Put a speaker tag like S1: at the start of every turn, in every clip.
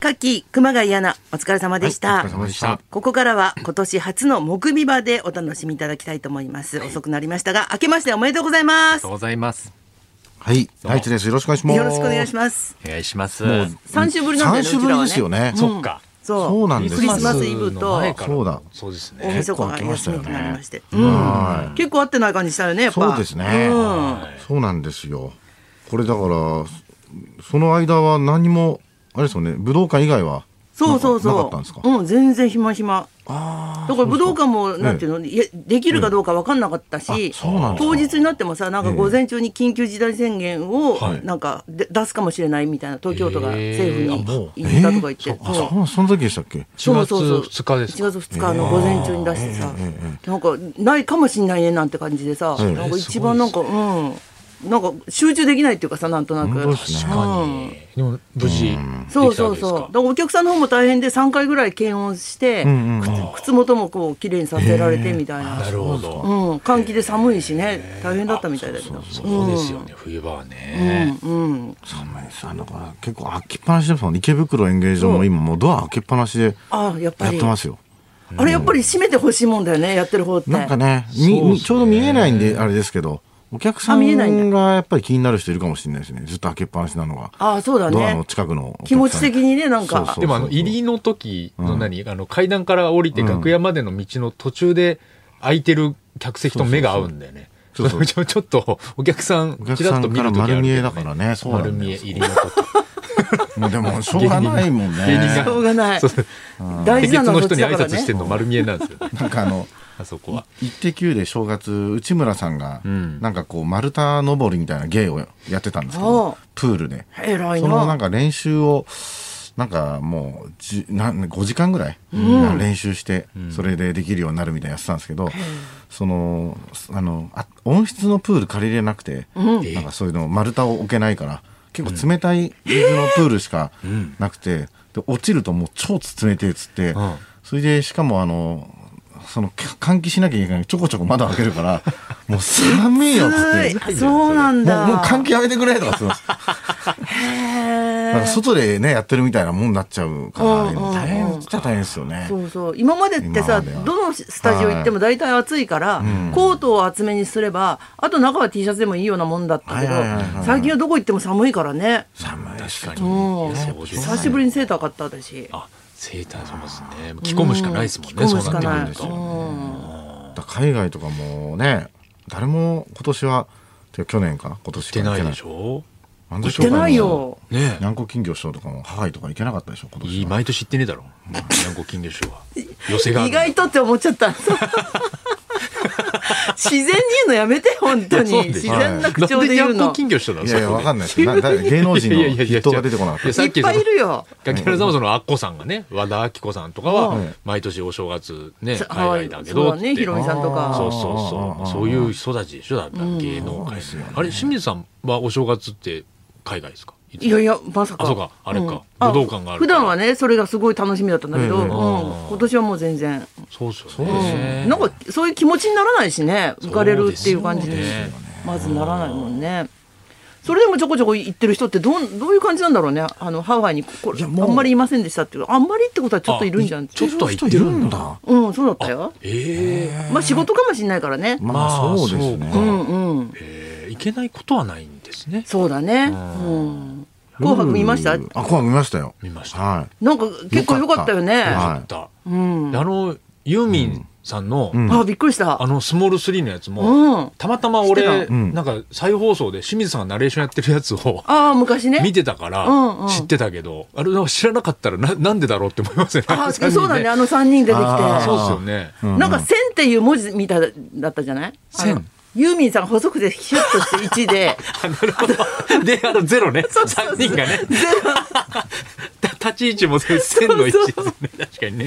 S1: 夏季熊谷アナ、お疲れ様でした。
S2: はいお疲れ様でした
S1: ここからは今年初の木見場でお楽しみいただきたいと思います。遅くなりましたが、明けましておめでとうございま
S2: と
S1: す。よ
S2: うございます。
S3: はい、大地です。よろしくお願いします。
S1: ろしくお願いし
S3: ま
S1: ます。
S2: お願いします。
S3: もう
S1: 三週ぶりなんだよね
S3: 三週ぶりですよね。
S2: そっか。
S1: そう。
S3: そうなんです
S1: クリスマスイブと
S2: 前から
S3: そうだ
S2: そうですね。
S1: 大晦日が休みとなりまして。うん。結構会ってない感じしたよね、やっぱ。
S3: そうですね
S1: うん。
S3: そうなんですよ。これだからその間は何もあれですよね。武道館以外は
S1: そうそう
S3: なかなか
S1: そ
S3: ったんですか
S1: う。。うん、全然暇暇。
S3: あ
S1: だから武道館も、なんていうの、いやできるかどうか分かんなかった
S3: ええ
S1: し
S3: あそうなん、ですか
S1: 当日になってもさ、なんか午前中に緊急事態宣言を
S3: は、い
S1: なんかで出すかもしれないみたいな、東京都が政府
S2: ええ
S1: に
S3: あもう
S1: 行ったとか言って。
S3: あ、そうなんその時でしたっけ。
S2: 1月
S1: そうそうそう
S2: 2日ですか
S1: 1月2日の午前中に出してさ
S3: えええええ、
S1: なんかないかもしんないねなんて感じでさ、
S3: ええ
S1: なんか一番なんか、うん、なんか集中できないっていうかさ、なんとな
S3: 本
S1: く
S3: 当。ですね。
S1: うん
S2: でも無事でき
S1: そう
S2: た
S1: そ
S2: わ
S1: う
S2: けです
S1: そう。だ
S2: か
S1: か。らお客さんの方も大変で3回ぐらい検温して、
S3: んうん
S1: 靴靴元もこう綺麗にさせられてみたいな。
S2: なるほど。
S1: うん、換気で寒いしね、大変だったみたいだけど。
S2: そうですよね。冬場はね。
S1: うん、うん、
S3: 寒いです。あの結構開きっぱなしですもん。池袋演芸場も今もうドア開けっぱなしで
S1: あ、やっぱ
S3: やっ
S1: り。
S3: てますよ。
S1: あれやっぱり閉めてほしいもんだよね、やってる方って。
S3: なんかね、み
S2: そうっすね
S3: ちょうど見えないんであれですけど、お客さ
S1: あ見えないん
S3: んがやっぱり気になる人いるかもしれないですね。ずっと開けっぱなしなのが。
S1: あ、そうだ
S3: ドアの
S1: ね。
S3: 近くのお客さん
S1: 気持ち的にね、なんか。
S3: そうそう
S2: でもあの入りの時の何あの階段から降りて楽屋までの道の途中で空いてる客席と目が合うんだよね。
S3: そうそう
S2: ちょちょっとお客さん
S3: お客
S2: ちら
S3: さ
S2: っと
S3: ん
S2: 見
S3: から
S2: る時あるけど
S3: 丸見えだからねそうなんだ
S2: 丸
S3: よ
S2: 見え入りの時。
S3: もうでもしょうがないもん
S2: 芸人
S3: ね
S2: が
S1: しょうがない
S2: そうそう
S1: 大
S2: 鉄
S1: 事なの
S2: の
S1: はそっ
S2: 人
S1: ち
S2: に
S1: だ
S2: 挨
S1: から
S2: 拶して
S1: ね。
S2: んの丸見えなんですよね。
S3: なんかあの
S2: あそこは。
S3: 「イッテ Q!」で正月内村さんが、
S2: ん
S3: なんかこう丸太登りみたいな芸をやってたんですけ
S1: おう
S3: どプールで
S1: 偉い
S3: そのなん
S1: な。
S3: か練習をなんかもうじな5時間ぐらい練習して、それでできるようになるみたいなやってたんですけど、そのあのあ温室のプール借りれなくて、なんかそういうの丸太を置けないから結構冷たい水のプールしかなくて、で落ちるともう超冷てえっつって、
S2: ん
S3: それでしかもあの。そのか換気しなきゃいけないちょこちょこ窓開けるからもう寒いよっつ って
S1: ついそうなん
S3: も
S1: だ。
S3: うもう換気やめてくれとかっつってます
S1: へ
S3: なん
S1: ー
S3: か外でねやってるみたいなもんになっちゃうから、
S1: うん
S3: あれ
S1: うん
S3: 大変っちゃ大変ですよね。
S1: そうそう今までって
S3: 今
S1: さ
S3: までは
S1: どのスタジオ行っても大体暑いから、コートを厚めにすればあと中は T シャツでもいいようなもんだったけど
S3: はいはいはいはい
S1: 最近はどこ行っても寒いからね、
S3: 寒いです
S2: 確か
S3: か
S2: に。
S1: うん
S2: いやそうですね
S1: 久しぶりにセーター買った私
S2: あ、セーターそうですね。着込むしかないですもんね。
S1: 着込
S2: そ
S1: む
S2: う
S1: しか
S2: な
S1: ない
S2: ってくると。
S1: う
S3: ら海外とかもね誰も今年はてか去年か今年
S2: 着
S3: か
S2: てないで
S3: ょ
S2: しょ
S3: 行
S1: ん行ってないよ
S2: ね
S3: にゃんこ金魚師匠とかもハワイとか行けなかったでしょ今
S2: え。い
S3: 年
S2: い
S3: は
S2: 毎年行ってねえだろ。にゃんこ金魚師匠は。寄せがある
S1: 意外とって思っちゃった 自然に言うのやめて本当
S2: そう
S1: に
S2: です
S1: 自然な口調で
S2: な
S1: 言
S2: ん
S1: う
S2: にゃんこ
S1: の
S2: 金魚師匠だ
S3: いやいやわかんないで
S2: い。
S3: すけどなだ芸能人
S2: いやいや
S3: の
S2: いや
S3: 人が出てこなかった
S2: いやさ
S1: い
S2: っき
S1: っぱいいるよ
S2: 柿原さんはそのアッコさんがね、和田アキ子さんとかは
S3: うん、
S2: 毎年お正月ね、
S1: そう
S2: 海外だけ
S1: そう
S2: どっ
S1: だ
S2: て。
S1: ねヒロミさんとか
S2: そう
S3: あーあ
S2: そうそ
S3: ー
S2: う。そういう人たちでしょ、だったら芸能界
S3: そうですよね。
S2: あれ、清水さんはお正月って海外ですかいつ
S1: いやいやまさか
S2: あそうかあれか
S1: うん
S2: 武道館があるから
S1: 普段はねそれがすごい楽しみだったんだけど、
S3: うん
S1: う
S3: うんん
S1: 今年はもう全然
S2: そうですよね。
S1: うんなんかそういう気持ちにならないしね浮かれるっていう感じに
S2: そうですよね
S1: まずならないもんね。それでもちょこちょこ行ってる人ってどうどういう感じなんだろうねあのハワイにこれあ
S3: やもうん
S1: まりいませんでしたっていうあんまりってことはちょっといるんじゃん
S2: ちょっとは行ってるんだ。
S1: うんそうだったよ
S2: ええ
S1: まあ仕事かもしれないからね
S3: まあそうです
S2: まあ
S3: ね
S2: そうか
S1: んうん
S2: ええいけないことはないんですね。
S1: そうだねうん紅白見ました
S3: あ紅白見ましたよ
S2: 見ました
S3: はい
S1: なんか結構良かったよね
S3: よかっ
S2: あ
S3: は
S2: った。
S1: うん
S2: であのユーミンさんの、
S3: ん
S1: あびっくりした
S2: あのスモール3のやつも、
S1: うん
S2: たまたま
S1: 知っ
S2: 俺、
S1: て
S3: ん
S2: なんか再放送で清水さんがナレーションやってるや つを
S1: ああ昔ね
S2: 見てたから
S1: うんうん
S2: 知ってたけど、あれなんか知らなかったらななんでだろうって思いますよね。
S1: あ
S2: 三人
S1: そうだねあの3人出てきて
S3: あー
S2: そうですよね。
S3: うん
S1: なんか線っていう文字みたいだったじゃないあの
S2: 線
S1: ユーミンさんが細くてヒュッとして1で
S2: あなるほど。で、あのゼロね。
S1: そうそうそう
S2: 3人がね。 た立ち位置も線の位置ですね。確かにね。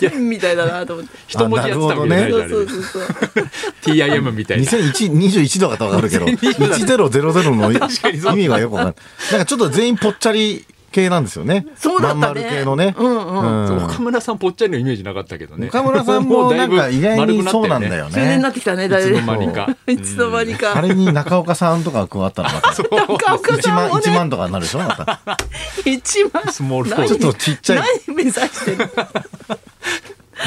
S2: いや、
S1: 線みたいだなと思って。
S2: 一文字やってたわけじゃない
S1: そ
S2: じゃ
S1: うそうそう
S2: ね、
S1: そう。
S2: TIM みたいな。
S3: 2021度が分かるけど、1000の意味がよくわかんない。なんかちょっと全員ぽっちゃり系系なんですよね。
S1: そうだったね
S3: まん丸系のね。
S1: うんうん
S3: うん
S2: 岡村さんぽっちゃりのイメージなかったけどね
S3: 岡村さんもなんか意外にそうなんだよ
S2: よ
S1: 中年になっ
S3: ね。
S1: てきたね、
S2: いつの
S1: も
S2: 間にか
S1: いつの間に
S3: あ
S1: か。
S3: れに中岡さんとか加わったらまた
S1: 中岡
S3: 1
S1: さん
S3: 万
S1: も
S3: 1
S1: ね、
S3: 万とかになるでしょまた。
S1: 一番。
S2: スモールフォー
S1: 何
S2: ク
S3: ちょっとちっちゃい
S1: 何目指して る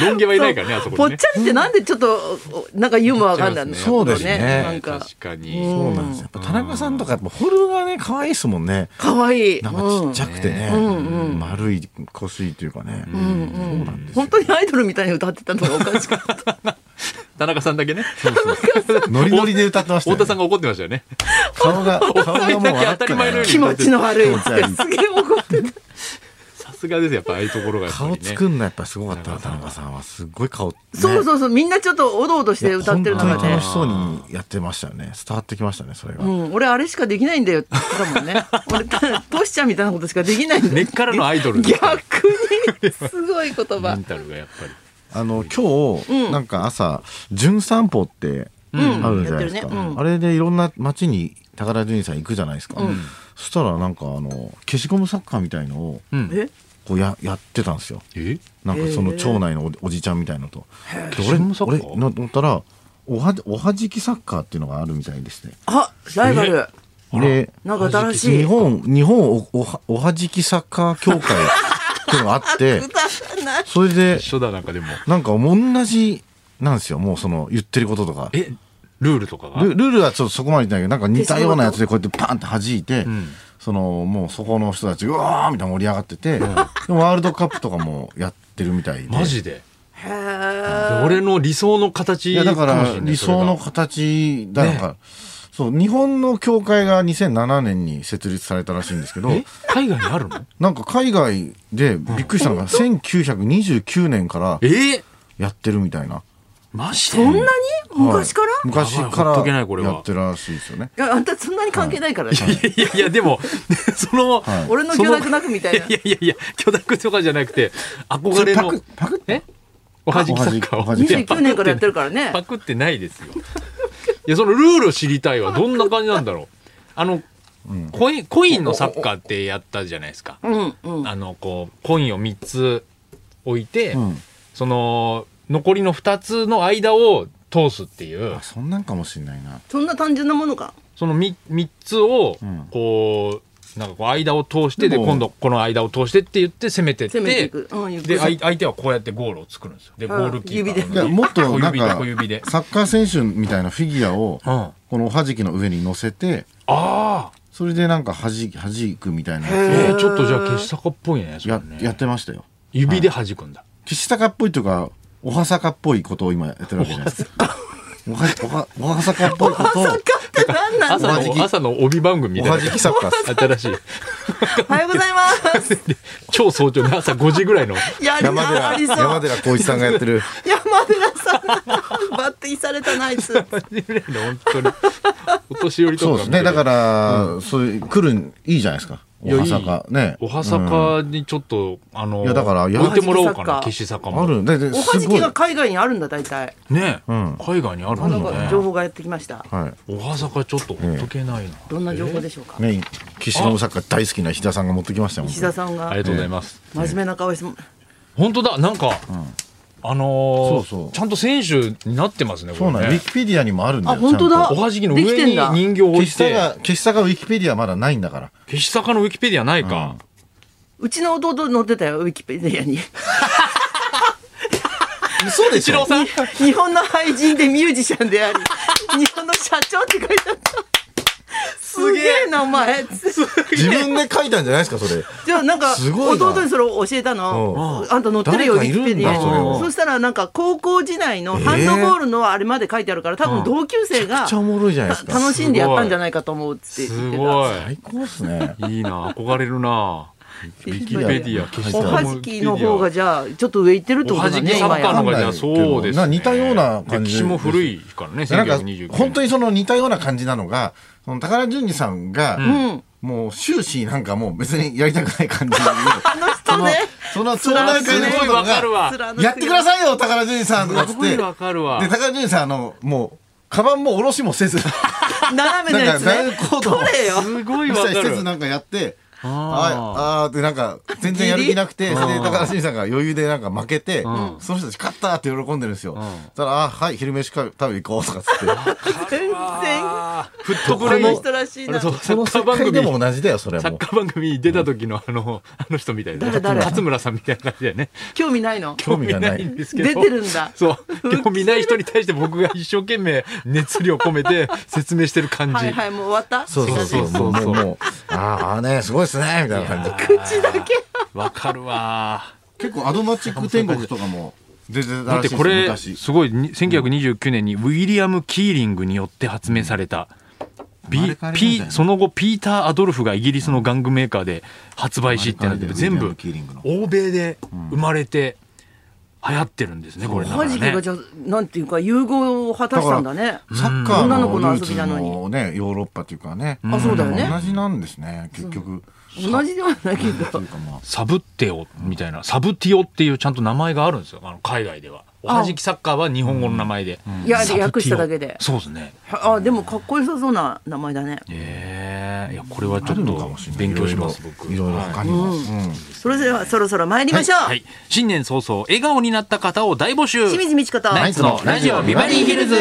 S2: ロン毛はいないからねあそ
S1: ぽ
S2: こ
S1: っ
S2: にね
S1: ちゃりってなんでちょっと、おなんかユーモアがあるんだろ
S3: そうですね
S1: なんか、
S2: 確かに、
S1: うん
S3: そうなんですよ。やっぱ田中さんとかやっぱフォルムがね可愛いですもんね。
S1: 可愛いい。
S3: なんかちっちゃ
S1: ゃ
S3: くてね、丸い腰いというかね。そうなんですよ
S1: 本。当にアイドルみたいに歌ってたのがおかし かった。
S2: 田中さんだけね
S3: ノリノリで歌ってました
S2: 太
S3: よ
S2: 田
S3: ね
S2: さんが怒ってましたよね
S3: 顔が顔がもう笑って
S2: 当たり前のよう
S3: ない
S2: に
S1: 気持ちの悪いっつって
S3: 気持ち
S1: すげえ怒ってた。
S2: さすがですやっぱああいうところがやっぱり
S3: 顔
S2: ね
S3: 作んのやっぱすごかったな田中さんはすっごい顔、ね、
S1: そうそうそう、みんなちょっとおどおどして歌ってる中
S3: いや本当に
S1: で
S3: 楽。しそうにやってましたよね伝わってきましたねそれが、
S1: うん、俺あれしかできないんだよって言ってたもんね。俺、たトシちゃんみたいなことしかできないんだよ
S2: 根っからのアイドルですから
S1: 逆に、すごい言
S2: メ
S1: 葉
S2: ン。タルがやっぱり
S3: あの今日、なんか朝「純散歩」って
S1: ん
S3: あるじゃない
S1: やって
S3: ですか、
S1: るねうん
S3: あれでいろんな街に高田純次さん行くじゃないですか、そしたらなんかあの消しゴムサッカーみたいのを
S2: うん
S1: え
S3: こうややってたんですよ
S2: え
S3: なんかその町内のおじおじちゃんみたいのと、で
S2: 消しゴムサッカ
S3: 俺
S2: ー
S3: 俺の乗ったらおはおはじきサッカーっていうのがあるみたいですね
S1: あ、ライバル。
S3: で
S1: なんか新しい。
S3: 日本日本おおはおはじきサッカー協会っていうのがあ って
S1: 歌わない。
S3: それで
S2: 一緒だなんかでも
S3: なんか同じなんですよもうその言ってることとか
S2: えルールとかが
S3: ルルールはちょっとそこまでじゃないけどなんか似たようなやつでこうやってパンって弾いて、
S2: ん
S3: そのもうそこの人たちうわーみたいな盛り上がってて、でもワールドカップとかもやってるみたいで
S2: マジで
S1: へ
S2: で
S1: ー
S2: 俺の理想の形
S3: いやだか
S2: もし
S3: ら
S2: れない
S3: 理想の
S2: そ
S3: 形だから、そう日本の協会が2007年に設立されたらしいんですけど
S2: れがえ海外にあるの
S3: なんか海外でびっくりしたのが1929年から
S2: えー
S3: やってるみたいな
S2: マジで
S1: そんなに
S3: はい
S1: 昔から、い
S3: 昔か
S2: やばいほっとけないこれ
S3: ら
S2: は
S3: やってるらしいですよね
S1: やあんたそんなに関係ないからね。
S2: いやいやでも その、
S3: はい
S1: 俺の許諾なくみたいな。
S2: いやいやいや許諾とかじゃなくて憧れの
S3: パク
S2: えおはじきサッカー
S3: お
S2: を
S3: はじき
S1: 29年からやってるからね。
S2: パクってないですよ。いや、そのルール知り たいわ。どんな感じなんだろう。あの、コイン、コインのサッカーってやったじゃないですか。
S1: うんうん。
S2: あの、こう、コインを3つ置いて、
S3: うん
S2: その、残りの2つの間を通すっていう
S3: あ、そんなんかもしんないな
S1: そんな単純なものか。
S2: その 3, 3つを
S3: うん、
S2: こう、なんかこう、間を通して、で、
S3: でも
S2: 今度この間を通してって言って攻めてって、
S1: 攻めていく。うん、ゆっく
S2: で、
S1: り
S2: 相相手はこうやってゴールを作るんですよ。で、ゴ
S1: はい
S2: ールキーパ
S1: 指
S2: ー
S3: いや
S2: の。
S3: もっとなんか
S2: 小指で小指で
S3: サッカー選手みたいなフィギュアを
S2: うん。あ
S3: このおはじきの上に乗せて
S2: あ
S3: それでなんかはじはじくみたいな
S2: ー。
S1: へ
S3: や
S2: えーちょっとじゃあ、消しサカっぽいね。
S3: つ
S2: それ
S3: や
S2: ね
S3: やってましたよ
S2: 指で弾くんだ。
S3: 岸坂っぽいというかおはさかっぽいことを今やってるわけじゃないですかおはおはおはさかっぽいことを
S1: サッカーって何なの
S2: 朝
S3: おはじき
S2: の朝の帯番組み
S3: お
S2: たいな
S3: はじきサッカーっす
S2: 新しい
S1: おはようございます。
S2: 超早朝の朝5時ぐらい のい
S1: やり
S3: 山
S1: な、ありそ
S3: 寺
S1: う。
S3: 山
S1: 山
S3: 寺浩一さんがやってる
S1: 寺さん が抜擢されたな、あいつ。
S2: 時ぐらいの本当にお年寄りとか
S3: そうですねだからら、そういう来るんいいじゃないですか
S2: いや
S3: おはさかね
S2: おはさかにちょっと、あの
S3: いやだからや
S2: 置いてもらおうか
S1: お
S2: な
S1: はじ
S2: 岸坂
S3: うんあ
S2: も
S3: るでで
S1: おは
S3: す
S1: じ
S3: ご
S1: き
S3: い
S1: が海外にあるんだ、大体。
S2: ね、
S3: うん
S2: 海外にある
S1: あなん
S2: ん
S1: か
S2: だ
S1: 情
S2: ね
S1: 報がやってきました。
S3: は
S2: おはさかちょっとほっとけないな、
S1: どんな情報でしょうか
S3: い。ね岸信サッカー大好きな石田さんが持ってきましたよ
S1: 石田
S3: ん
S1: さん
S2: あ
S1: が
S2: りがとうございます、
S1: 真面目な顔しても、
S2: 本当だなんか、あの
S3: そ
S2: ー
S3: うそう
S2: ちゃんと選手になってますね
S3: そう
S2: こ
S3: なんウ
S2: れ
S3: ィ
S2: ね
S3: キペディアにもあるんだよ
S1: あ本当だ
S2: おはじきの上
S1: できてん
S2: に
S1: だ
S2: 人形を置い
S3: 岸
S2: て
S3: 坂岸坂ウィキペディアまだないんだから
S2: 岸坂のウィキペディアないか、
S1: うちの弟載ってたよ、ウィキペディアに。
S3: 嘘で
S2: 一郎さん
S1: 日本の俳人でミュージシャンであり、日本の社長って書いてあった。すげえ名前。
S3: 自分で書いたんじゃないですかそれ
S1: じゃあなんか
S3: すごいな
S1: 弟にそれを教えたの
S2: う。
S1: あんた載ってるよ、ウィ
S3: 誰
S1: キ
S3: かい
S1: ペデ
S3: るん
S1: ィ
S3: だ
S1: アに。
S2: それ
S1: そしたらなんか高校時代のハンドボールのあれまで書いてあるから、多分同級生
S3: めっ
S1: が
S3: ちゃおもろいじゃないです
S1: た
S3: か
S1: 楽しんでやったんじゃないかと思うって言
S2: す
S1: って
S2: ご
S1: た。
S2: い
S3: 最高ですね
S2: いいな、憧れるな。ウィキペディア、
S3: ウィキペディア
S2: 消し
S1: お
S2: ゴム
S1: はじきの方がじゃあちょっと上行ってるってことだ
S2: おはじ
S1: ね
S2: きサ
S1: 今
S2: ッカーの
S1: や
S2: 方がじゃあそうです、ね。
S3: なんか似たような感じ
S2: 歴史も古いからね、
S3: なんか
S2: 1929年。
S3: 本当にその似たような感じなのがその高田純次さんが、
S1: ん
S3: もう終始なんかもう別にやりたくない感じで
S1: あの人 ね
S3: その町内会の
S2: すごい
S3: 人
S2: わか
S3: が
S2: るわ。
S1: 貫くよ
S3: やってくださいよ、高田純次さんとかっつ
S2: す
S3: っ
S2: ご
S3: て。
S2: い
S3: で、
S2: わ
S3: 高
S2: かるわ。
S3: 田純次さん、あの、もう、カバンも下ろしもせず、
S1: 斜めの
S3: な
S1: や
S3: ん
S1: つ
S3: か、ダイブ
S1: ね
S3: コードを
S1: これよ
S2: すごい
S3: 一
S2: わ
S3: 切
S2: か
S3: せず
S2: る。
S3: なんかやって、あーあーってなんか全然やる気なくて、それで高田新さんが余裕でなんか負けて、その人たち勝ったって喜んでるんですよ。そしたら、あーはい、昼飯か食べ行こうとかっつ って。
S1: 全然
S2: フットプ
S1: こ
S2: レ
S1: の
S2: イ
S1: 人らしい
S2: あれ
S1: な
S2: そうサッカー
S3: 世
S2: 番
S3: 界
S2: 組
S3: でも同じだよ、それ
S2: サ
S3: はも
S2: ッ
S3: う。
S2: カー番組に出た時のあのあの人みたいな
S1: 誰誰
S2: 勝村さんみたいな感じでね
S1: 興味ないの
S3: 興味がない
S2: 興んですけど
S1: 出てるんだ
S2: そう興味ない人に対して僕が一生懸命熱量込めて説明してる感じ
S1: はいはいもう終わった
S3: そうそうそう
S2: そ
S3: そうう
S2: そう
S3: も
S2: そう
S3: うもうもうあーあーねすごいですねみたいな感じ
S1: 口だけ
S2: わかるわ
S3: 結構アドマチック天国とかも出てた
S2: だ
S3: ら
S2: っ
S3: していです
S2: これ
S3: 昔
S2: すごいに1929年にウィリアム・キーリングによって発明された、ピ
S3: 生まれ変わりなんじゃない
S2: ピその後ピーター・アドルフがイギリスの玩具メーカーで発売しってなって
S3: 生まれ変
S2: 全
S3: わりだよウ
S2: 部
S3: ィリアムキーリングの
S2: 欧米で生まれて流行ってるんですね、これだか
S1: マ
S2: ら
S1: ジキが
S2: ね
S1: じゃあなんていうか融合を果たしたんだね
S3: サッカー
S1: 女の子の
S3: のル
S1: 遊
S3: ー
S1: び
S3: ツ
S1: なのに
S3: もねヨーロッパというかね
S1: あそうだよね
S3: 同じなんですね結局
S1: 同じではないけど
S3: というかまあ
S2: サブテオみたいなサブティオっていうちゃんと名前があるんですよあの海外では
S1: あ
S2: 同じサッカーは日本語の名前で、
S1: いやあれ
S2: サブティオ
S1: 訳しただけで
S2: そうですね
S1: あでもかっこよさそうな名前だね
S2: ええいやこれはち
S3: あ
S2: ょ
S3: る
S2: っ
S3: のかも
S2: と
S3: しれない
S2: 勉強します
S3: いろいろ
S2: 僕
S3: いろいろ他にもうん
S1: それではそろそろ参りましょう、
S2: はい、新年早々笑顔になった方を大募集
S1: 清水美智子と
S2: ナイツのラジオビバリーヒルズ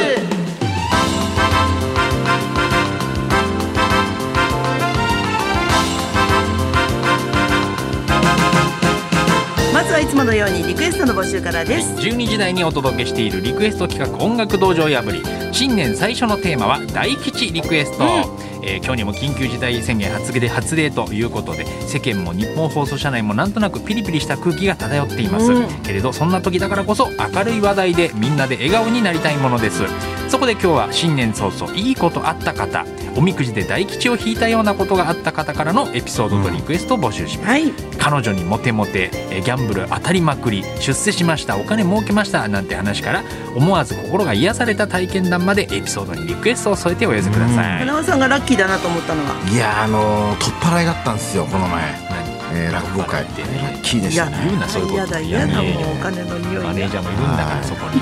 S1: まずはいつものようにリクエストの募集からです
S2: 12時台にお届けしているリクエスト企画音楽道場破り新年最初のテーマは大吉リクエスト、えー今日にも緊急事態宣言発令発令ということで世間も日本放送社内もなんとなくピリピリした空気が漂っています、
S1: うん
S2: けれどそんな時だからこそ明るい話題でみんなで笑顔になりたいものですそこで今日は新年早々いいことあった方おみくじで大吉を引いたようなことがあった方からのエピソードとリクエストを募集します、
S1: はい
S2: 彼女にモテモテえーギャンブル当たりまくり出世しましたお金儲けましたなんて話から思わず心が癒された体験談までエピソードにリクエストを添えてお寄せください、
S1: 花輪さんがラッキーだなと思ったのはい
S3: やーあのー取っ払いだったんですよこの前
S2: 何
S3: えー落語会
S2: 取っ払いってね
S3: ラッキーでした
S2: 言う
S3: ね
S2: なそういうこと
S1: 嫌だ嫌だ
S2: いやいや
S1: もうお金の匂い
S2: マネージャ
S1: が
S2: ーもいるんだから
S3: はい
S2: そこに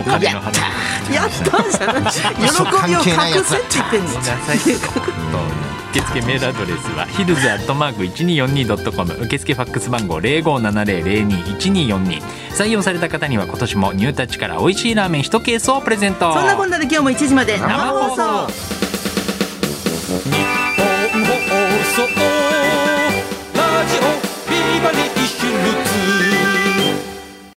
S2: お金の話
S1: やったんじゃない 喜びを隠せって言ってんの
S2: 受付メールアドレスはヒルズアットマーク 1242.com 受付ファックス番号0570021242採用された方には今年もニュータッチから美味しいラーメン1ケースをプレゼント
S1: そんなこんなで今日も1時まで生
S2: 生
S1: 放
S2: 放
S1: 送
S2: 送